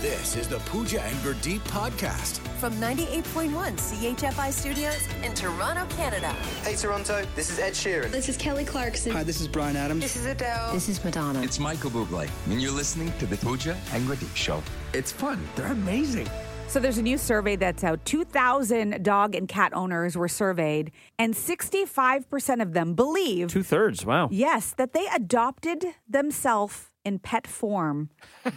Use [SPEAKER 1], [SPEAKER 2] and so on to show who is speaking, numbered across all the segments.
[SPEAKER 1] This is the Pooja and Gurdeep podcast.
[SPEAKER 2] from 98.1 CHFI Studios in Toronto, Canada.
[SPEAKER 3] Hey Toronto, this is Ed Sheeran.
[SPEAKER 4] This is Kelly Clarkson.
[SPEAKER 5] Hi, this is Brian Adams.
[SPEAKER 2] This is Adele. This is Madonna.
[SPEAKER 6] It's Michael Bublé, and you're listening to the Pooja and Gurdeep Show. It's fun. They're amazing.
[SPEAKER 7] So there's a new survey that's out. 2,000 dog and cat owners were surveyed, and 65% of them believe,
[SPEAKER 8] Two thirds. Wow.
[SPEAKER 7] yes, that they adopted themselves in pet form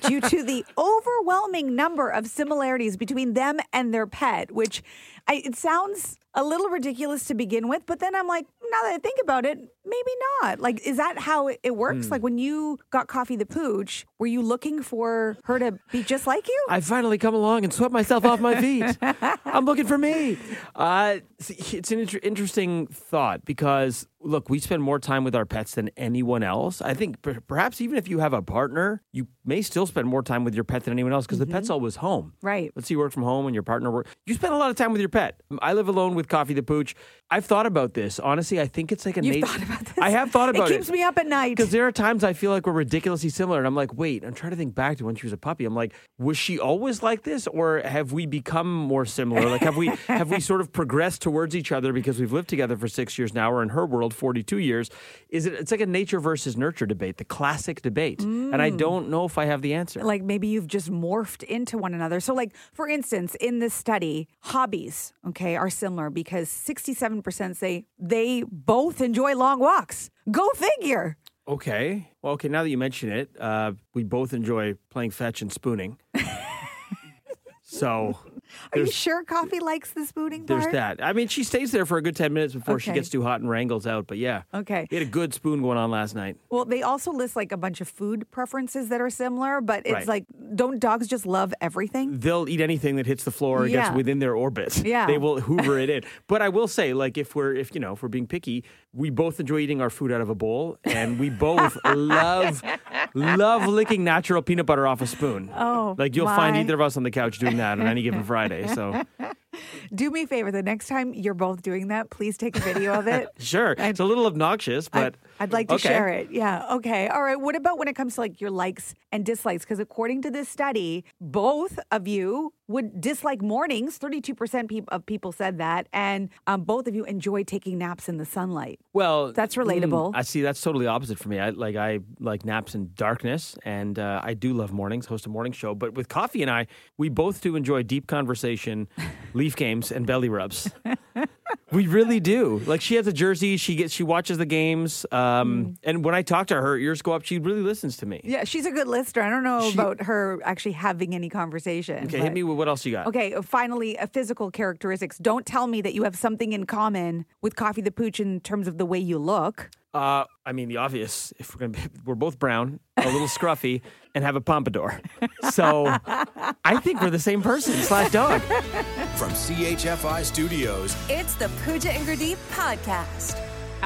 [SPEAKER 7] due to the overwhelming number of similarities between them and their pet, which I, it sounds a little ridiculous to begin with, but then I'm like, now that I think about it, maybe not. Like, is that how it, it works? Like, when you got Coffee the Pooch, were you looking for her to be just like you?
[SPEAKER 8] I finally come along and swept myself off my feet. I'm looking for me. Uh, see, it's an inter- interesting thought because, look, we spend more time with our pets than anyone else. I think per- perhaps even if you have a partner, you may still spend more time with your pet than anyone else because the pet's always home.
[SPEAKER 7] Mm-hmm. Right.
[SPEAKER 8] Let's see, you work from home and your partner work. You spend a lot of time with your pet. I live alone with Coffee the Pooch. I've thought about this. Honestly, I think it's like a
[SPEAKER 7] You've
[SPEAKER 8] nat-
[SPEAKER 7] thought about this.
[SPEAKER 8] I have thought
[SPEAKER 7] It
[SPEAKER 8] about it.
[SPEAKER 7] keeps me up at night.
[SPEAKER 8] Because there are times I feel like we're ridiculously similar, and I'm like, wait, I'm trying to think back to when she was a puppy. I'm like, was she always like this, or have we become more similar? Like, have we have we sort of progressed towards each other because we've lived together for six years now, or in her world, 42 years? Is it? It's like a nature versus nurture debate, the classic debate, and I don't know if I have the answer.
[SPEAKER 7] like maybe you've just morphed into one another. So, like for instance, in this study, hobbies okay are similar because sixty-seven percent say they both enjoy long walks. Go figure.
[SPEAKER 8] Okay. Well, okay. Now that you mention it, uh, we both enjoy playing fetch and spooning. so
[SPEAKER 7] Are you sure Coffee likes the spooning part?
[SPEAKER 8] There's that. I mean, she stays there for a good 10 minutes before she
[SPEAKER 7] Okay.
[SPEAKER 8] gets too hot and wrangles out. But yeah.
[SPEAKER 7] Okay.
[SPEAKER 8] We had a good spoon going on last night.
[SPEAKER 7] Well, they also list like a bunch of food preferences that are similar, but it's
[SPEAKER 8] Right.
[SPEAKER 7] like, don't dogs just love everything?
[SPEAKER 8] They'll eat anything that hits the floor or
[SPEAKER 7] Yeah.
[SPEAKER 8] gets within their orbit.
[SPEAKER 7] Yeah.
[SPEAKER 8] They will hoover it in. But I will say, like, if we're, if you know, if we're being picky, we both enjoy eating our food out of a bowl and we both love, love licking natural peanut butter off a spoon.
[SPEAKER 7] Oh,
[SPEAKER 8] Like, you'll find
[SPEAKER 7] my.
[SPEAKER 8] either of us on the couch doing that on any given Friday. So, Mm.
[SPEAKER 7] Do me a favor, the next time you're both doing that, please take a video of it.
[SPEAKER 8] sure. it's a little obnoxious, but.
[SPEAKER 7] I, would like to
[SPEAKER 8] okay.
[SPEAKER 7] share it. Yeah. Okay. All right. What about when it comes to like your likes and dislikes? Because according to this study, both of you would dislike mornings. Thirty-two percent of people said that, and um, both of you enjoy taking naps in the sunlight.
[SPEAKER 8] Well,
[SPEAKER 7] That's
[SPEAKER 8] mm,
[SPEAKER 7] relatable.
[SPEAKER 8] I see. That's totally opposite for me. I like I like naps in darkness, and uh, I do love mornings. Host a morning show, but with coffee and I, we both do enjoy deep conversation, leaf games, and belly rubs. we really do. Like she has a jersey. She gets. She watches the games. Um, and when I talk to her, her ears go up. She really listens to me.
[SPEAKER 7] Mm. Yeah, she's a good listener. I don't know about her actually having any conversation.
[SPEAKER 8] Okay,
[SPEAKER 7] but-
[SPEAKER 8] hit me with what else you got.
[SPEAKER 7] Okay, uh, finally, uh, physical characteristics. Don't tell me that you have something in common with Coffee the Pooch in terms of the way you look.
[SPEAKER 8] Uh, I mean, the obvious. If we're gonna, be, we're both brown, a little scruffy, and have a pompadour. So, I think we're the same person slash dog.
[SPEAKER 1] From CHFI Studios,
[SPEAKER 2] It's the Pooja and Gurdeep podcast.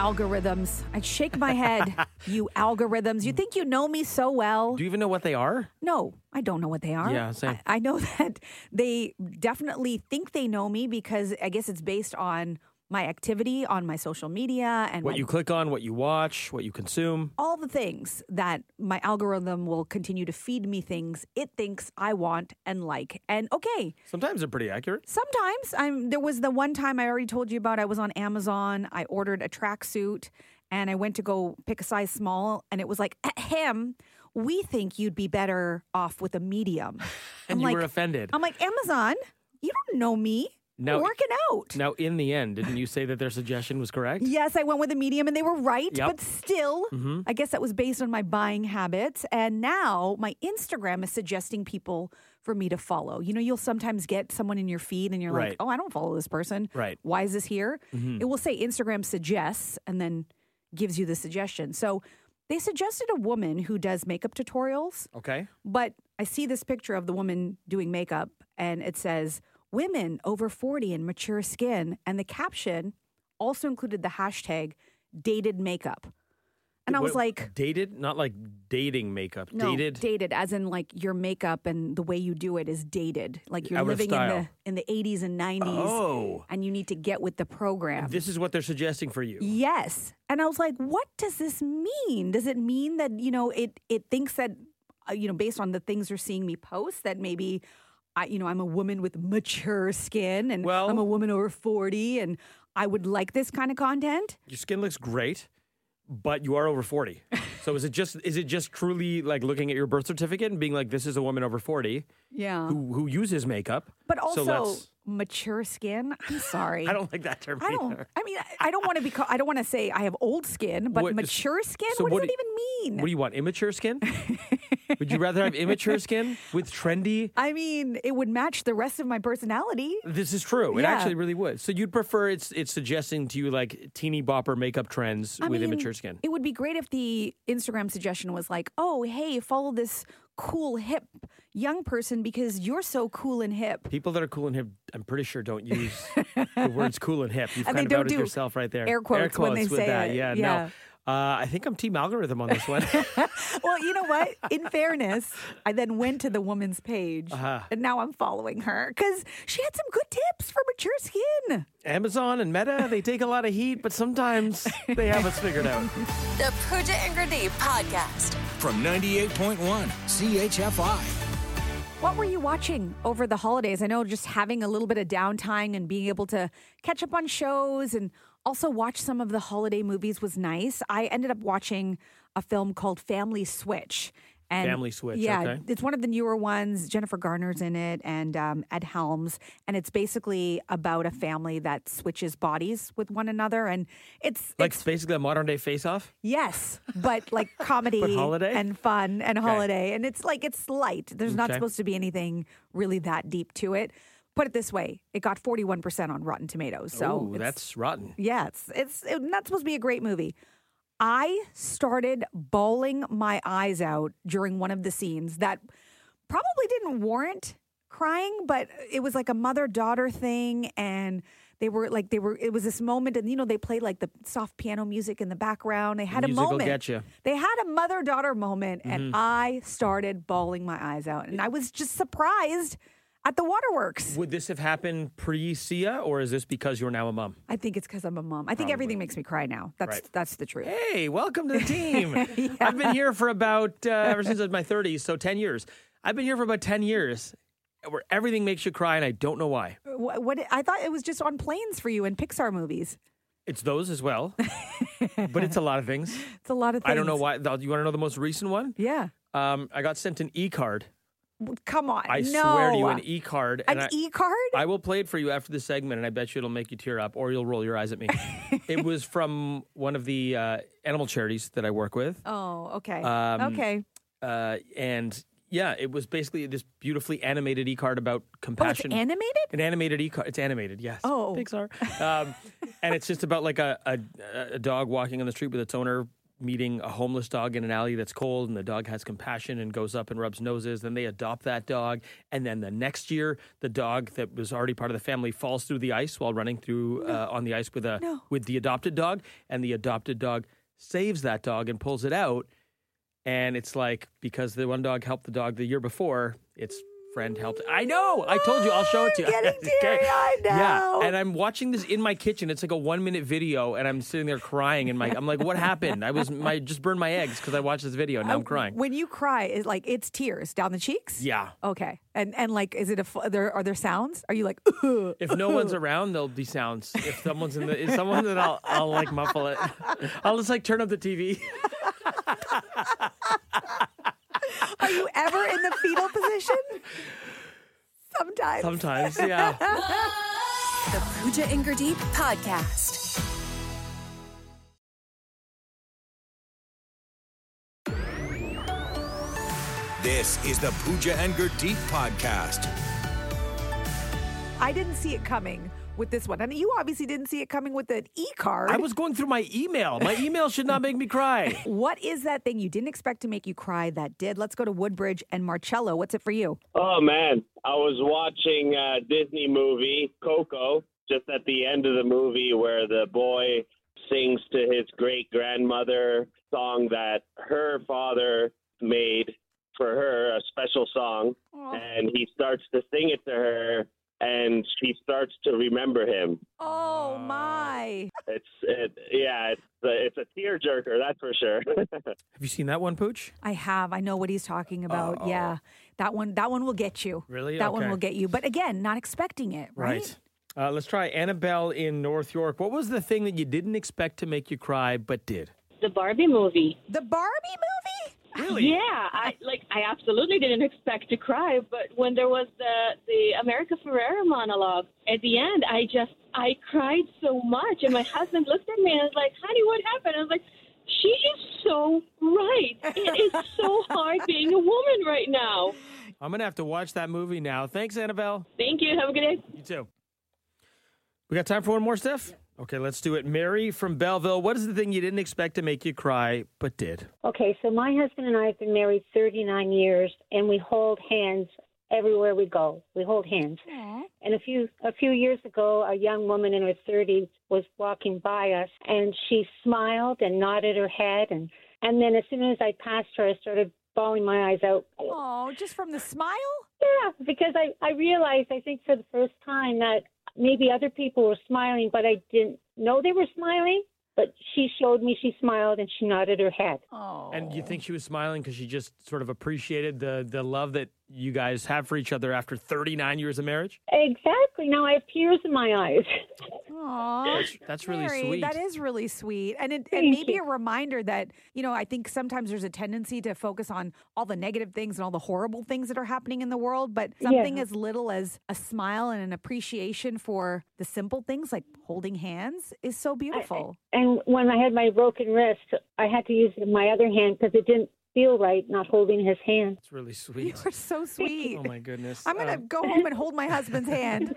[SPEAKER 7] Algorithms. I'd shake my head. you algorithms. You think you know me so well.
[SPEAKER 8] Do you even know what they are?
[SPEAKER 7] No, I don't know what they are.
[SPEAKER 8] Yeah, same.
[SPEAKER 7] I, I know that they definitely think they know me because I guess it's based on my activity on my social media and
[SPEAKER 8] What
[SPEAKER 7] my
[SPEAKER 8] you click on, what you watch, what you consume.
[SPEAKER 7] all the things that my algorithm will continue to feed me things it thinks I want and like. And okay,
[SPEAKER 8] Sometimes they're pretty accurate.
[SPEAKER 7] sometimes I'm there was the one time I already told you about I was on Amazon, I ordered a tracksuit and I went to go pick a size small and it was like, "Ahem, we think you'd be better off with a medium."
[SPEAKER 8] And
[SPEAKER 7] I'm
[SPEAKER 8] you
[SPEAKER 7] like,
[SPEAKER 8] were offended.
[SPEAKER 7] I'm like, "Amazon, you don't know me.
[SPEAKER 8] No.
[SPEAKER 7] We're working out."
[SPEAKER 8] now, in the end, didn't you say that their suggestion was correct?
[SPEAKER 7] Yes, I went with a medium and they were right,
[SPEAKER 8] Yep. Mm-hmm.
[SPEAKER 7] but still, I guess that was based on my buying habits. And now my Instagram is suggesting people for me to follow. You know, you'll sometimes get someone in your feed and you're like,
[SPEAKER 8] Right.
[SPEAKER 7] oh, I don't follow this person.
[SPEAKER 8] Right. Mm-hmm.
[SPEAKER 7] Why is this here? It will say Instagram suggests and then gives you the suggestion. So they suggested a woman who does makeup tutorials.
[SPEAKER 8] Okay.
[SPEAKER 7] But I see this picture of the woman doing makeup, and it says, Women over 40 and mature skin. And the caption also included the hashtag dated makeup. And I was
[SPEAKER 8] What-
[SPEAKER 7] like,
[SPEAKER 8] dated, not like dating makeup.
[SPEAKER 7] no,
[SPEAKER 8] dated.
[SPEAKER 7] as in like your makeup and the way you do it is dated. Like you're
[SPEAKER 8] Out of
[SPEAKER 7] living in the
[SPEAKER 8] style.
[SPEAKER 7] in the 80s and 90s,
[SPEAKER 8] Oh.
[SPEAKER 7] and you need to get with the program.
[SPEAKER 8] this is what they're suggesting for you.
[SPEAKER 7] Yes. And I was like, what does this mean? Does it mean that, you know, it it thinks that uh, you know, based on the things you're seeing me post, that maybe. I, you know, I'm a woman with mature skin, and
[SPEAKER 8] Well-
[SPEAKER 7] I'm a woman over 40, and I would like this kind of content.
[SPEAKER 8] Your skin looks great, but you are over 40. so is it just is it just truly like looking at your birth certificate and being like this is a woman over 40
[SPEAKER 7] Yeah.
[SPEAKER 8] who who uses makeup?
[SPEAKER 7] But
[SPEAKER 8] so
[SPEAKER 7] also
[SPEAKER 8] let's,
[SPEAKER 7] mature skin. I'm sorry.
[SPEAKER 8] I don't like that term
[SPEAKER 7] I don't.
[SPEAKER 8] either.
[SPEAKER 7] I mean, I- I don't want to be. Call, I don't want to say I have old skin, but
[SPEAKER 8] What-
[SPEAKER 7] mature skin.
[SPEAKER 8] so
[SPEAKER 7] what,
[SPEAKER 8] what
[SPEAKER 7] does
[SPEAKER 8] do-
[SPEAKER 7] it even mean?
[SPEAKER 8] What do you want? Immature skin? Would you rather have immature skin with trendy?
[SPEAKER 7] I mean, it would match the rest of my personality.
[SPEAKER 8] This is true. It
[SPEAKER 7] Yeah.
[SPEAKER 8] actually really would. So you'd prefer it's it's suggesting to you like teeny bopper makeup trends
[SPEAKER 7] I
[SPEAKER 8] with
[SPEAKER 7] mean,
[SPEAKER 8] immature skin.
[SPEAKER 7] It would be great if the Instagram suggestion was like, "Oh, hey, follow this cool hip young person because you're so cool and hip."
[SPEAKER 8] People that are cool and hip, I'm pretty sure don't use the words cool and hip. You've
[SPEAKER 7] And they
[SPEAKER 8] kind of
[SPEAKER 7] don't
[SPEAKER 8] outed
[SPEAKER 7] do
[SPEAKER 8] yourself right there.
[SPEAKER 7] air quotes when they
[SPEAKER 8] with
[SPEAKER 7] say
[SPEAKER 8] that.
[SPEAKER 7] it.
[SPEAKER 8] Yeah,
[SPEAKER 7] Yeah.
[SPEAKER 8] no. Uh, I think I'm team algorithm on this one.
[SPEAKER 7] Well, you know what? In fairness, I then went to the woman's page,
[SPEAKER 8] Uh-huh.
[SPEAKER 7] and now I'm following her because she had some good tips for mature skin.
[SPEAKER 8] Amazon and Meta, they take a lot of heat, but sometimes they have us figured out.
[SPEAKER 2] The Pooja and Grenade Podcast.
[SPEAKER 1] From 98.1 CHFI.
[SPEAKER 7] What were you watching over the holidays? I know just having a little bit of downtime and being able to catch up on shows and also watch some of the holiday movies was nice. I ended up watching a film called Family Switch. And
[SPEAKER 8] Family Switch,
[SPEAKER 7] Yeah,
[SPEAKER 8] okay.
[SPEAKER 7] it's one of the newer ones. Jennifer Garner's in it and um, Ed Helms. And it's basically about a family that switches bodies with one another. And it's,
[SPEAKER 8] Like
[SPEAKER 7] it's
[SPEAKER 8] basically a modern day face off.
[SPEAKER 7] Yes, but like comedy
[SPEAKER 8] holiday?
[SPEAKER 7] and fun and holiday. And it's like, it's light. There's not
[SPEAKER 8] Okay.
[SPEAKER 7] supposed to be anything really that deep to it. Put it this way it got 41% on Rotten Tomatoes. So
[SPEAKER 8] Ooh,
[SPEAKER 7] Oh, it's-
[SPEAKER 8] that's rotten.
[SPEAKER 7] yeah, it's, it's it- not supposed to be a great movie. I started bawling my eyes out during one of the scenes that probably didn't warrant crying, but it was like a mother daughter thing. And they were like, they were, it was this moment, and you know, they played like the soft piano music in the background. They had a
[SPEAKER 8] music will
[SPEAKER 7] moment.
[SPEAKER 8] get Mm-hmm. ya.
[SPEAKER 7] They had a mother daughter moment, and I started bawling my eyes out. And I was just surprised at the waterworks.
[SPEAKER 8] Would this have happened pre Sia, or is this because you're now a mom?
[SPEAKER 7] I think it's because I'm a mom. I think everything makes me cry now. That's
[SPEAKER 8] Right.
[SPEAKER 7] that's the truth.
[SPEAKER 8] Hey, welcome to the team. I've been here for about, uh, ever since I was my 30s, so 10 years. I've been here for about 10 years where everything makes you cry, and I don't know why.
[SPEAKER 7] What, what I thought it was just on planes for you in Pixar movies.
[SPEAKER 8] It's those as well, but it's a lot of things.
[SPEAKER 7] It's a lot of things.
[SPEAKER 8] I don't know why. You want to know the most recent one?
[SPEAKER 7] Yeah.
[SPEAKER 8] Um, I got sent an e card.
[SPEAKER 7] W- Come on.
[SPEAKER 8] I
[SPEAKER 7] no.
[SPEAKER 8] swear to you, an e card.
[SPEAKER 7] An e card?
[SPEAKER 8] I will play it for you after the segment, and I bet you it'll make you tear up, or you'll roll your eyes at me. it was from one of the uh, animal charities that I work with,
[SPEAKER 7] Oh, okay.
[SPEAKER 8] Um,
[SPEAKER 7] okay.
[SPEAKER 8] uh, and yeah, it was basically this beautifully animated e card about
[SPEAKER 7] Oh, it's
[SPEAKER 8] compassion.
[SPEAKER 7] animated?
[SPEAKER 8] An animated e card. It's animated, yes.
[SPEAKER 7] Oh.
[SPEAKER 8] Pixar. Um, and it's just about like a, a a dog walking on the street with its owner meeting a homeless dog in an alley that's cold and the dog has compassion and goes up and rubs noses then they adopt that dog and then the next year the dog that was already part of the family falls through the ice while running through uh, on the ice with a
[SPEAKER 7] No.
[SPEAKER 8] with the adopted dog and the adopted dog saves that dog and pulls it out and it's like because the one dog helped the dog the year before, its friend helped. I know. I told you. I'll show it to you.
[SPEAKER 7] I'm getting teary-eyed now.
[SPEAKER 8] Yeah, and I'm watching this in my kitchen. It's like a one minute video, and I'm sitting there crying. And my, I'm like, what happened? I was my just burned my eggs because I watched this video. and Now I'm crying.
[SPEAKER 7] When you cry, it's like it's tears down the cheeks?
[SPEAKER 8] Yeah.
[SPEAKER 7] Okay. And and like is it a fu- there are there sounds? Are you like
[SPEAKER 8] If no one's around, there'll be sounds. If someone's in the, if someone's in, I'll, I'll like muffle it. I'll just like turn up the TV.
[SPEAKER 7] are you ever in the fetal position? Sometimes.
[SPEAKER 8] Sometimes, yeah.
[SPEAKER 2] The Pooja and Grenade Podcast.
[SPEAKER 1] This is the Pooja and Gurdeep podcast.
[SPEAKER 7] I didn't see it coming with this one. And you obviously didn't see it coming with an e card.
[SPEAKER 8] I was going through my email. My email should not make me cry.
[SPEAKER 7] What is that thing you didn't expect to make you cry that did? Let's go to Woodbridge and Marcello. What's it for you?
[SPEAKER 4] Oh man, I was watching a Disney movie Coco. Just at the end of the movie, where the boy sings to his great grandmother song that her father made for her, a special song, and he starts to sing it to her, and she starts to remember him.
[SPEAKER 7] Oh my.
[SPEAKER 4] It's it, yeah, it's a, it's a tearjerker, that's for sure.
[SPEAKER 8] Have you seen that one, Pooch?
[SPEAKER 7] I have. I know what he's talking about. Yeah. That one that one will get you.
[SPEAKER 8] Really?
[SPEAKER 7] That one
[SPEAKER 8] Okay.
[SPEAKER 7] will get you. But again, not expecting it, right?
[SPEAKER 8] Uh, let's try Annabelle in North York. What was the thing that you didn't expect to make you cry but did?
[SPEAKER 9] The Barbie movie.
[SPEAKER 7] The Barbie movie?
[SPEAKER 8] Really?
[SPEAKER 9] Yeah, I like. I absolutely didn't expect to cry, but when there was the the America Ferrera monologue at the end, I just I cried so much, and my husband looked at me and was like, "Honey, what happened?" I was like, "She is so right. It is so hard being a woman right now."
[SPEAKER 8] I'm gonna have to watch that movie now. Thanks, Annabelle.
[SPEAKER 9] Thank you. Have a good day.
[SPEAKER 8] You too. We got time for one more, Steph? Okay, let's do it. Mary from Belleville. What is the thing you didn't expect to make you cry but did?
[SPEAKER 10] Okay, so my husband and I have been married 39 years, and we hold hands everywhere we go. We hold hands. And a few a few years ago, a young woman in her 30s was walking by us, and she smiled and nodded her head, and and then as soon as I passed her, I started bawling my eyes out.
[SPEAKER 7] Oh, just from the smile?
[SPEAKER 10] Yeah, because I I realized I think for the first time that maybe other people were smiling, but I didn't know they were smiling. But she showed me she smiled and she nodded her head.
[SPEAKER 7] Oh.
[SPEAKER 8] And you think she was smiling because she just sort of appreciated the the love that you guys have for each other after 39 years of marriage?
[SPEAKER 10] Exactly. Now I have tears in my eyes.
[SPEAKER 7] Aw.
[SPEAKER 8] That's really
[SPEAKER 7] Mary,
[SPEAKER 8] sweet.
[SPEAKER 7] That is really sweet. And it, and
[SPEAKER 10] Thank
[SPEAKER 7] maybe
[SPEAKER 10] you.
[SPEAKER 7] a reminder that, you know, I think sometimes there's a tendency to focus on all the negative things and all the horrible things that are happening in the world. But something as little as a smile and an appreciation for the simple things like holding hands is so beautiful.
[SPEAKER 10] And when I had my broken wrist, I had to use my other hand because it didn't feel right not holding his hand.
[SPEAKER 8] That's really sweet.
[SPEAKER 7] You're so sweet.
[SPEAKER 8] Oh my goodness.
[SPEAKER 7] I'm going to
[SPEAKER 8] Um,
[SPEAKER 7] go home and hold my husband's hand.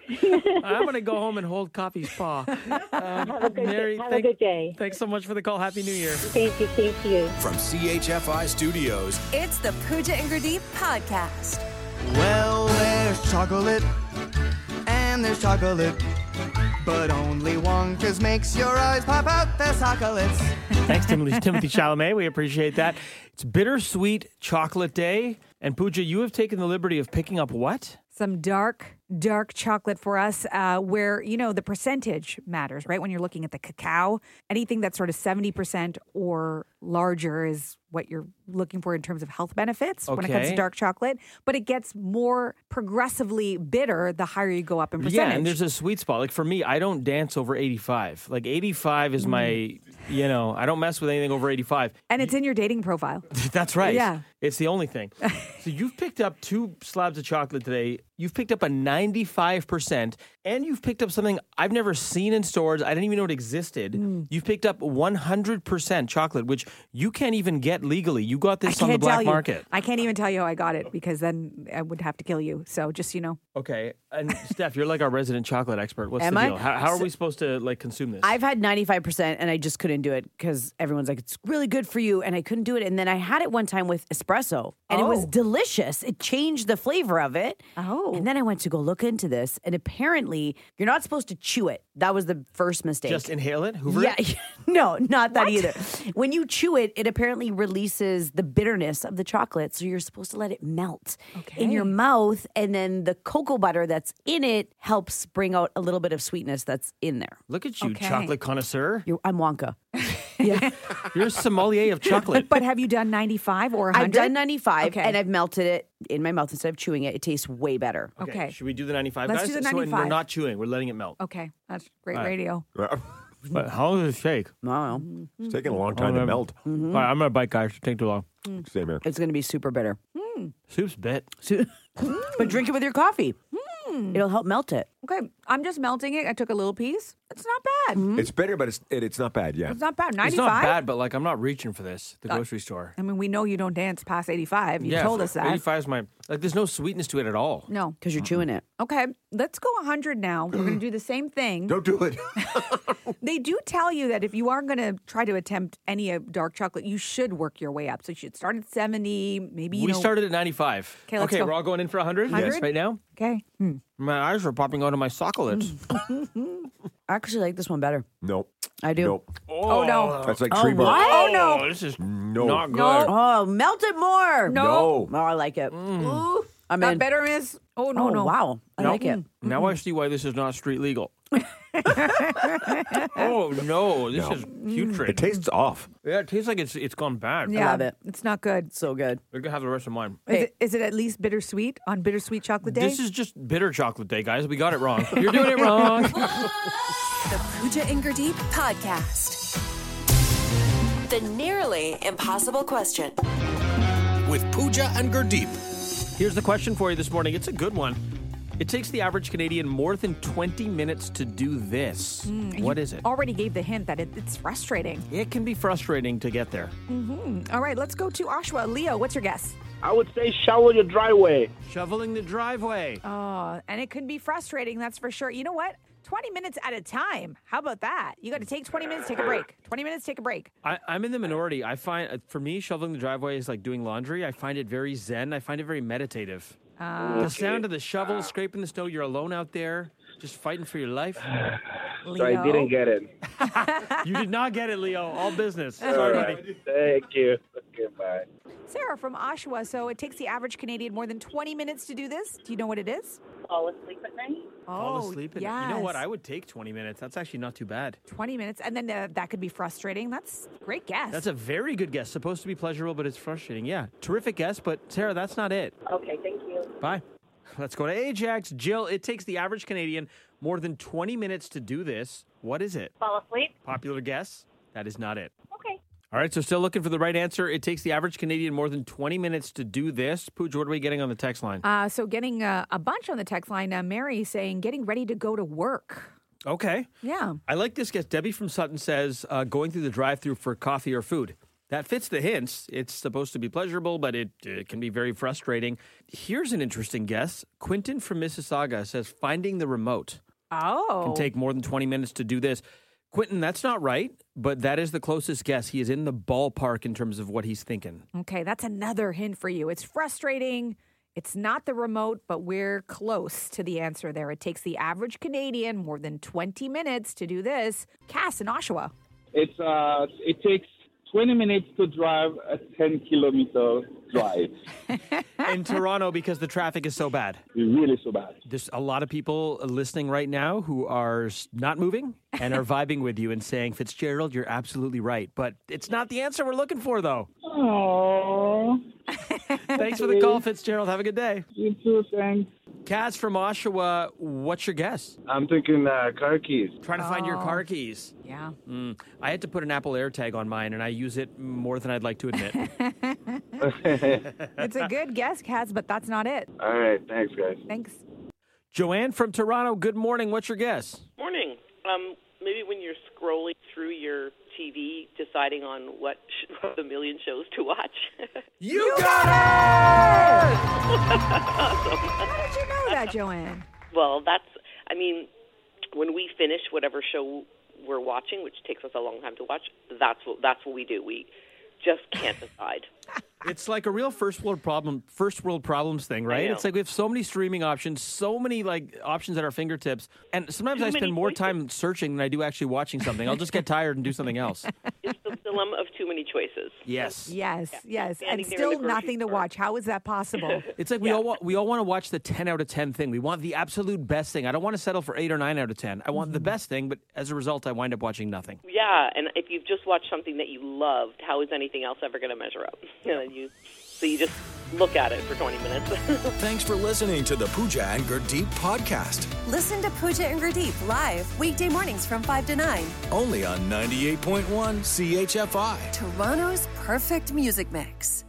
[SPEAKER 8] I'm gonna go home and hold coffee's paw. Um,
[SPEAKER 10] Have a good
[SPEAKER 8] Mary,
[SPEAKER 10] day. Have
[SPEAKER 8] thank-
[SPEAKER 10] a good day.
[SPEAKER 8] Thanks so much for the call. Happy New Year.
[SPEAKER 10] Thank you. Thank you.
[SPEAKER 11] From CHFI Studios,
[SPEAKER 12] It's the Pooja and Gurdeep podcast.
[SPEAKER 3] Well, there's chocolate, and there's chocolate, but only one 'cause makes your eyes pop out. There's chocolates.
[SPEAKER 8] Thanks, Timothy, Timothy Chalamet. We appreciate that. It's Bittersweet Chocolate Day. And Pooja, you have taken the liberty of picking up what?
[SPEAKER 7] some dark, dark chocolate for us, uh, where, you know, the percentage matters, right? When you're looking at the cacao, anything that's sort of 70% or larger is what you're looking for in terms of health benefits when it comes
[SPEAKER 8] Okay.
[SPEAKER 7] to dark chocolate. But it gets more progressively bitter the higher you go up in percentage.
[SPEAKER 8] Yeah, and there's a sweet spot. Like for me, I don't dance over 85. Like 85 is my, you know, I don't mess with anything over 85.
[SPEAKER 7] And it's in your dating profile.
[SPEAKER 8] That's right.
[SPEAKER 7] Yeah.
[SPEAKER 8] It's the only thing. so you've picked up two slabs of chocolate today. You've picked up a 95%, and you've picked up something I've never seen in stores. I didn't even know it existed.
[SPEAKER 7] Hmm.
[SPEAKER 8] You've picked up 100% chocolate, which you can't even get legally. You got this on the black
[SPEAKER 7] tell
[SPEAKER 8] market.
[SPEAKER 7] you. I can't even tell you how I got it because then I would have to kill you. So just so you know.
[SPEAKER 8] Okay. And Steph, you're like our resident chocolate expert. What's
[SPEAKER 2] Am
[SPEAKER 8] the
[SPEAKER 2] I?
[SPEAKER 8] deal? How, how are we supposed to like consume this?
[SPEAKER 2] I've had 95% and I just couldn't do it because everyone's like, it's really good for you. And I couldn't do it. And then I had it one time with espresso and it was delicious. It changed the flavor of it.
[SPEAKER 7] Oh.
[SPEAKER 2] And then I went to go look into this. And apparently, you're not supposed to chew it. That was the first mistake.
[SPEAKER 8] Just inhale it, Hoover
[SPEAKER 2] yeah,
[SPEAKER 8] it?
[SPEAKER 2] no, not that either. When you chew it, it apparently releases the bitterness of the chocolate, so you're supposed to let it melt in your
[SPEAKER 7] Okay.
[SPEAKER 2] mouth, and then the cocoa butter that's in it helps bring out a little bit of sweetness that's in there.
[SPEAKER 8] Look at you,
[SPEAKER 7] Okay.
[SPEAKER 8] chocolate connoisseur.
[SPEAKER 2] You're, I'm Wonka. yeah.
[SPEAKER 8] You're a sommelier of chocolate.
[SPEAKER 7] But have you done 95 or 100?
[SPEAKER 2] I've done 95
[SPEAKER 7] Okay.
[SPEAKER 2] and I've melted it in my mouth instead of chewing it. It tastes way better.
[SPEAKER 7] okay.
[SPEAKER 8] Should we do the 95
[SPEAKER 7] Let's
[SPEAKER 8] guys?
[SPEAKER 7] do the
[SPEAKER 8] So, and we're
[SPEAKER 7] 95.
[SPEAKER 8] not chewing, we're letting it melt.
[SPEAKER 7] Okay. That's great radio.
[SPEAKER 8] But how long does it shake?
[SPEAKER 2] Wow. No,
[SPEAKER 7] Mm-hmm.
[SPEAKER 1] It's taking a long time to melt. Mm-hmm.
[SPEAKER 8] All right, I'm gonna bite, guys. It take too long.
[SPEAKER 1] Same here.
[SPEAKER 2] it's going to be super bitter.
[SPEAKER 8] Soup's bit.
[SPEAKER 2] So- but drink it with your coffee. It'll help melt it.
[SPEAKER 7] Okay, I'm just melting it. I took a little piece. It's not bad.
[SPEAKER 2] Mm-hmm.
[SPEAKER 1] It's bitter, but it's it, it's not bad. Yeah.
[SPEAKER 7] It's not bad. 95.
[SPEAKER 8] It's not bad, but like I'm not reaching for this. The grocery store.
[SPEAKER 7] I mean, we know you don't dance past 85. Uh, You told us that.
[SPEAKER 8] 85 is my like. There's no sweetness to it at all.
[SPEAKER 7] No.
[SPEAKER 2] Because you're chewing it.
[SPEAKER 7] Okay, let's go 100 now. We're going to do the same thing.
[SPEAKER 1] Don't do it.
[SPEAKER 7] They do tell you that if you are going to try to attempt any of dark chocolate, you should work your way up. So you should start at 70, maybe you
[SPEAKER 8] we
[SPEAKER 7] know-
[SPEAKER 8] started at 95.
[SPEAKER 7] 'Kay, let's go.
[SPEAKER 8] we're all going in for 100.
[SPEAKER 7] 100?
[SPEAKER 8] right now.
[SPEAKER 7] Okay.
[SPEAKER 8] My eyes are popping out of my socolates.
[SPEAKER 7] Mm. Oh.
[SPEAKER 2] I actually like this one better.
[SPEAKER 1] no.
[SPEAKER 2] I do.
[SPEAKER 1] Nope.
[SPEAKER 7] Oh, no.
[SPEAKER 1] That's like tree bark.
[SPEAKER 2] what?
[SPEAKER 7] Oh, no.
[SPEAKER 8] this is
[SPEAKER 1] No.
[SPEAKER 8] not good.
[SPEAKER 7] No.
[SPEAKER 2] Oh, melt it more.
[SPEAKER 1] No.
[SPEAKER 2] Oh, I like it. Ooh.
[SPEAKER 13] I'm
[SPEAKER 7] That
[SPEAKER 13] in.
[SPEAKER 7] better miss. Oh no
[SPEAKER 13] Mm. Oh,
[SPEAKER 7] no.
[SPEAKER 13] wow. I
[SPEAKER 8] Now-
[SPEAKER 13] like it.
[SPEAKER 8] Now I see why this is not street legal. oh no, this is
[SPEAKER 14] Mm.
[SPEAKER 8] putrid.
[SPEAKER 14] It tastes off.
[SPEAKER 8] yeah, it tastes like it's it's gone bad.
[SPEAKER 7] Yeah, It's not good.
[SPEAKER 13] So good.
[SPEAKER 8] We're gonna have the rest of mine.
[SPEAKER 7] Is, it, is it at least bittersweet on bittersweet chocolate day?
[SPEAKER 8] This is just bitter chocolate day, guys. We got it wrong. You're doing it wrong.
[SPEAKER 2] The Pooja Ingerdeep Podcast. The nearly impossible question.
[SPEAKER 1] With Pooja and Gurdeep.
[SPEAKER 8] Here's the question for you this morning. It's a good one. It takes the average Canadian more than 20 minutes to do this.
[SPEAKER 7] Mm,
[SPEAKER 8] what
[SPEAKER 7] you
[SPEAKER 8] is it?
[SPEAKER 7] Already gave the hint that it, it's frustrating.
[SPEAKER 8] It can be frustrating to get there.
[SPEAKER 7] hmm All right, let's go to Oshawa. Leo, what's your guess?
[SPEAKER 15] I would say shovel your driveway.
[SPEAKER 7] Mm.
[SPEAKER 8] Shoveling the driveway.
[SPEAKER 7] Oh, and it can be frustrating, that's for sure. You know what? 20 minutes at a time. How about that? You got to take 20 minutes, take a break. 20 minutes, take a break.
[SPEAKER 8] I, I'm in the minority. I find, uh, for me, shoveling the driveway is like doing laundry. I find it very zen. I find it very meditative.
[SPEAKER 7] Ah.
[SPEAKER 8] the sound of the shovel scraping the snow. You're alone out there, just fighting for your life.
[SPEAKER 15] So I didn't get it.
[SPEAKER 8] You did not get it, Leo. All business.
[SPEAKER 15] All
[SPEAKER 8] Sorry, buddy.
[SPEAKER 15] right. Thank you. Goodbye.
[SPEAKER 7] Sarah from Oshawa. So it takes the average Canadian more than 20 minutes to do this. Do you know what it is?
[SPEAKER 10] Fall asleep at night.
[SPEAKER 8] Fall
[SPEAKER 7] Oh,
[SPEAKER 8] asleep. And, You know what?
[SPEAKER 7] yes.
[SPEAKER 8] I would take 20 minutes. That's actually not too bad.
[SPEAKER 7] 20 minutes. And then uh, that could be frustrating. That's great guess.
[SPEAKER 8] That's a very good guess. Supposed to be pleasurable, but it's frustrating. Yeah. Terrific guess, but Sarah, that's not it.
[SPEAKER 10] Okay, thank you.
[SPEAKER 8] Bye. Let's go to Ajax. Jill, it takes the average Canadian more than 20 minutes to do this. What is it?
[SPEAKER 10] Fall asleep.
[SPEAKER 8] Popular guess? That is not it.
[SPEAKER 10] Okay.
[SPEAKER 8] All right, so still looking for the right answer. It takes the average Canadian more than 20 minutes to do this. Pooj, what are we getting on the text line?
[SPEAKER 7] Uh, so getting uh, a bunch on the text line. Uh, Mary saying getting ready to go to work.
[SPEAKER 8] Okay.
[SPEAKER 7] Yeah.
[SPEAKER 8] I like this guess. Debbie from Sutton says uh, going through the drive through for coffee or food. That fits the hints. It's supposed to be pleasurable, but it, it can be very frustrating. Here's an interesting guess. Quentin from Mississauga says finding the remote
[SPEAKER 7] Oh.
[SPEAKER 8] can take more than 20 minutes to do this. Quentin, that's not right, but that is the closest guess. He is in the ballpark in terms of what he's thinking.
[SPEAKER 7] Okay, that's another hint for you. It's frustrating. It's not the remote, but we're close to the answer there. It takes the average Canadian more than 20 minutes to do this. Cass in Oshawa.
[SPEAKER 16] It's uh, it takes 20 minutes to drive a 10 kilometer drive.
[SPEAKER 8] in Toronto because the traffic is so bad.
[SPEAKER 16] Really so bad.
[SPEAKER 8] There's a lot of people listening right now who are s- not moving and are vibing with you and saying, Fitzgerald, you're absolutely right. But it's not the answer we're looking for, though.
[SPEAKER 16] Oh,
[SPEAKER 8] Thanks for the call, Fitzgerald. Have a good day.
[SPEAKER 16] you too. Thanks.
[SPEAKER 8] Cass from Oshawa, what's your guess?
[SPEAKER 16] I'm thinking uh, car keys.
[SPEAKER 8] Trying to find your
[SPEAKER 16] Oh.
[SPEAKER 8] car keys.
[SPEAKER 7] Yeah.
[SPEAKER 8] Mm, I had to put an Apple AirTag on mine, and I use it more than I'd like to admit.
[SPEAKER 7] It's a good guess, Cass, but that's not it.
[SPEAKER 16] All right, thanks, guys.
[SPEAKER 7] Thanks.
[SPEAKER 8] Joanne from Toronto, good morning. What's your guess?
[SPEAKER 4] Morning. Um, maybe when you're scrolling through your TV, deciding on what sh- a million shows to watch.
[SPEAKER 8] You, got,
[SPEAKER 7] How did you know that, Joanne?
[SPEAKER 4] Well, that's. I mean, when we finish whatever show we're watching, which takes us a long time to watch, that's what that's what we do. We just can't decide.
[SPEAKER 8] It's like a real first world problem, first world problems thing, right?
[SPEAKER 4] know.
[SPEAKER 8] It's like we have so many streaming options, so many like options at our fingertips, and sometimes
[SPEAKER 4] Too
[SPEAKER 8] I spend
[SPEAKER 4] many
[SPEAKER 8] more time searching than I do actually watching something. I'll just get tired and do something else.
[SPEAKER 4] It's the dilemma of too many choices.
[SPEAKER 8] Yes.
[SPEAKER 7] Yes, yes. And
[SPEAKER 4] standing there in the
[SPEAKER 7] still nothing to watch. How is that possible?
[SPEAKER 8] It's like we all want, we all want to watch the 10 out of 10 thing. We want the absolute best thing. I don't want to settle for 8 or 9 out of 10. I want
[SPEAKER 4] Mm-hmm.
[SPEAKER 8] the best thing, but as a result I wind up watching nothing.
[SPEAKER 4] Yeah, and if you've just watched something that you loved, how is anything else ever going to measure up? And then you, so you just look at it for 20 minutes.
[SPEAKER 1] Thanks for listening to the Pooja and Gurdeep podcast.
[SPEAKER 2] Listen to Pooja Ingerdeep live weekday mornings from 5 to 9.
[SPEAKER 1] Only on 98.1 CHFI.
[SPEAKER 2] Toronto's perfect music mix.